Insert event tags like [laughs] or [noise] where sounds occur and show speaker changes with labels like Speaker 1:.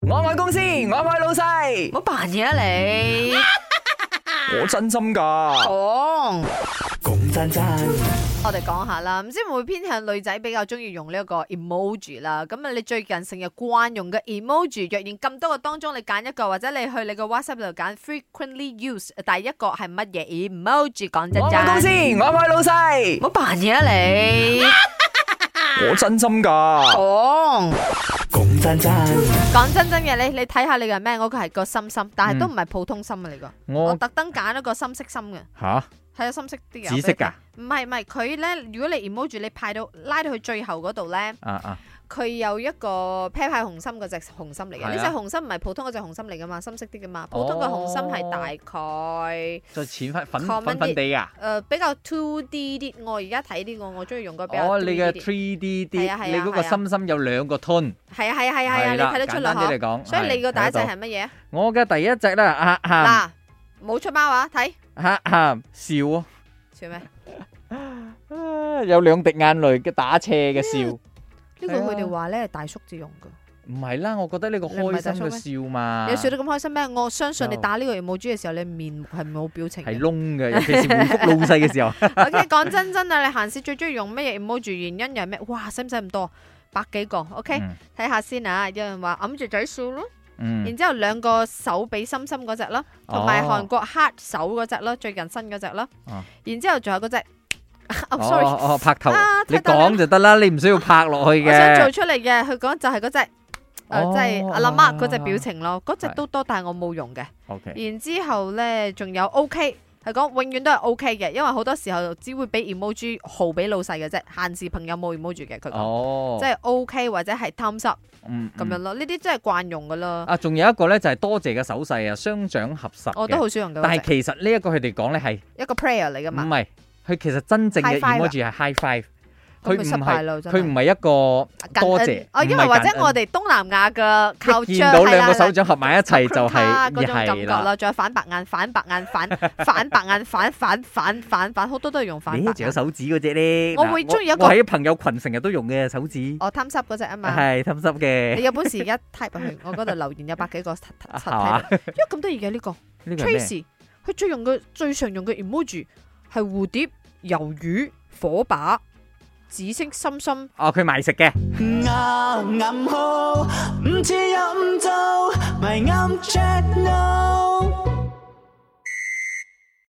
Speaker 1: 我愛公司，我愛老細，
Speaker 2: 冇扮嘢啊你！
Speaker 1: 嗯我真心噶。
Speaker 2: 講，
Speaker 1: 講真真，
Speaker 2: 我哋講下啦，唔知會唔會偏向女仔比較中意用呢一個 emoji 啦？咁啊，你最近成日慣用嘅 emoji，若然咁多個當中你揀一個，或者你去你個 WhatsApp 度揀 frequently used，第一個係乜嘢 emoji？講
Speaker 1: 我
Speaker 2: 真
Speaker 1: 愛公司，
Speaker 2: 真，
Speaker 1: 我愛老細，
Speaker 2: 冇扮嘢啊你！
Speaker 1: 我真心噶。
Speaker 2: 講。
Speaker 1: 講真真，
Speaker 2: 講真真嘅，你你睇下你嘅咩？我個係個心心，但係都
Speaker 3: 嗯
Speaker 2: 唔係普通心啊！你個，我
Speaker 1: 我
Speaker 2: 特登揀一個深色心嘅，
Speaker 1: 吓
Speaker 2: 係啊深色啲嘅。
Speaker 1: 紫色噶
Speaker 2: 唔係唔係，佢咧如果你 emoji 你派到拉到去最後嗰度咧，
Speaker 1: 啊啊，
Speaker 2: 佢有一個 pair 派紅心嗰只紅心嚟嘅，
Speaker 1: 係啊
Speaker 2: 呢只紅心唔係普通嗰只紅心嚟噶嘛，深色啲噶嘛，
Speaker 3: 哦
Speaker 2: 普通嘅紅心係大概
Speaker 3: 就淺粉粉
Speaker 2: Common
Speaker 3: 粉粉地啊！
Speaker 2: 誒比較 two D 啲，我而家睇呢個我中意用個比較
Speaker 3: 哦，你嘅
Speaker 2: 2D 啲，
Speaker 3: three D
Speaker 2: 係啊係啊
Speaker 3: 啲，你嗰個
Speaker 2: 係啊
Speaker 3: 心心有兩個 tone，
Speaker 2: 係啊係啊係啊係啊，你
Speaker 3: 啦
Speaker 2: 睇得出
Speaker 3: 簡
Speaker 2: 啦
Speaker 3: 單啲
Speaker 2: 嗬
Speaker 3: 嚟。講，
Speaker 2: 所以你個第一隻
Speaker 3: 睇得
Speaker 2: 係乜嘢？
Speaker 3: 到我嘅第一隻啦，嚇嚇
Speaker 2: 嗱，冇出貓啊，睇
Speaker 3: 嚇嚇笑啊
Speaker 2: 笑咩？
Speaker 3: 啊，有兩滴眼淚嘅打斜嘅
Speaker 2: 啊
Speaker 3: 笑，
Speaker 2: 呢個佢哋
Speaker 3: 啊
Speaker 2: 話咧係大叔至用噶，
Speaker 3: 唔係啦，我覺得呢個
Speaker 2: 你唔係
Speaker 3: 開
Speaker 2: 大叔
Speaker 3: 心嘅笑嘛，
Speaker 2: 有笑得咁開心咩？我相信你
Speaker 3: 啊有
Speaker 2: 打呢個 emoji 嘅時候，你面目係冇表情嘅。
Speaker 3: 係窿嘅，尤其是回覆老細
Speaker 2: [laughs]
Speaker 3: 嘅時候，
Speaker 2: OK，講真真啊，你閒時最中意用乜嘢 emoji？原因又係咩？哇，使唔使咁多？百幾個，OK，
Speaker 3: 嗯
Speaker 2: 睇下先啊！有人話揞住嘴笑咯，然
Speaker 3: 嗯，
Speaker 2: 之後兩個手比心心嗰只啦，同埋韓國 heart 手嗰只啦，最近新嗰只啦
Speaker 3: 哦，
Speaker 2: 然之後仲有嗰只
Speaker 3: 哦
Speaker 2: [laughs] ，I'm sorry，
Speaker 3: 哦哦拍頭
Speaker 2: 啊，
Speaker 3: 你
Speaker 2: 太大啦
Speaker 3: 講就得啦，你唔需要拍落去
Speaker 2: 我想做
Speaker 3: 嘅，
Speaker 2: 出嚟嘅，佢講就係嗰只，誒，
Speaker 3: 哦
Speaker 2: 即係阿媽嗰只表情咯，嗰只
Speaker 3: 係
Speaker 2: 都多，但係我冇用嘅。
Speaker 3: OK，
Speaker 2: 然之後咧，仲有 OK，係講永遠都係 OK 嘅，因為好多時候只會俾 emoji 號俾老細嘅啫，閒時朋友冇 emoji 嘅佢講，
Speaker 3: 哦，
Speaker 2: 即係 OK 或者係 thumbs up
Speaker 3: 嗯
Speaker 2: 咁樣。咯，呢啲真係慣用噶啦，
Speaker 3: [laughs] 啊，仲有一個咧就係多謝嘅手勢啊，雙掌合十
Speaker 2: 我都
Speaker 3: 嘅
Speaker 2: 好少用嘅
Speaker 3: 但
Speaker 2: 嗰
Speaker 3: 係
Speaker 2: 隻，
Speaker 3: 其實呢一個佢哋講咧係
Speaker 2: 一個 prayer 嚟噶
Speaker 3: 唔
Speaker 2: 嘛，
Speaker 3: 係？佢其實真正嘅
Speaker 2: 啊 High five 啊
Speaker 3: emoji 係 high five，
Speaker 2: 咁
Speaker 3: 佢
Speaker 2: 咪
Speaker 3: 唔
Speaker 2: 失敗
Speaker 3: 係
Speaker 2: 咯，真
Speaker 3: 佢唔
Speaker 2: 係。
Speaker 3: 係一個
Speaker 2: 感
Speaker 3: 多
Speaker 2: 恩
Speaker 3: 謝
Speaker 2: 哦，因為
Speaker 3: 唔係
Speaker 2: 或
Speaker 3: 感
Speaker 2: 者
Speaker 3: 恩
Speaker 2: 我哋東南亞嘅靠
Speaker 3: 一
Speaker 2: 張
Speaker 3: 見到
Speaker 2: 係
Speaker 3: 兩
Speaker 2: 啦
Speaker 3: 個
Speaker 2: 係
Speaker 3: 手
Speaker 2: 啦
Speaker 3: 掌合埋
Speaker 2: [laughs]
Speaker 3: 一齊就
Speaker 2: 咔
Speaker 3: 係
Speaker 2: 嗰種感覺
Speaker 3: 係啦。
Speaker 2: 啦，仲有反白眼、反白眼、反反白眼、反反反反反，好多都係用反
Speaker 3: 你
Speaker 2: 白
Speaker 3: 仲
Speaker 2: 眼。
Speaker 3: 有手指嗰只咧，
Speaker 2: 我
Speaker 3: 嗱
Speaker 2: 會鍾意一個
Speaker 3: 我喺朋友群成日都用嘅手指，
Speaker 2: 我貪濕嗰只啊嘛。
Speaker 3: 係氹濕嘅 [laughs]
Speaker 2: 你。有本事而家 type 入去，我嗰度留言有百幾個刷刷
Speaker 3: 啊係
Speaker 2: 刷
Speaker 3: 嘛
Speaker 2: 睇到，因為咁得意嘅呢個
Speaker 3: 呢個係咩？
Speaker 2: Tracy，佢最用嘅最常用嘅 emoji 係蝴蝶、魷魚、火把、紫色心心，
Speaker 3: 哦，佢賣食嘅，
Speaker 4: 啱啱好，唔似飲酒，咪啱 check no。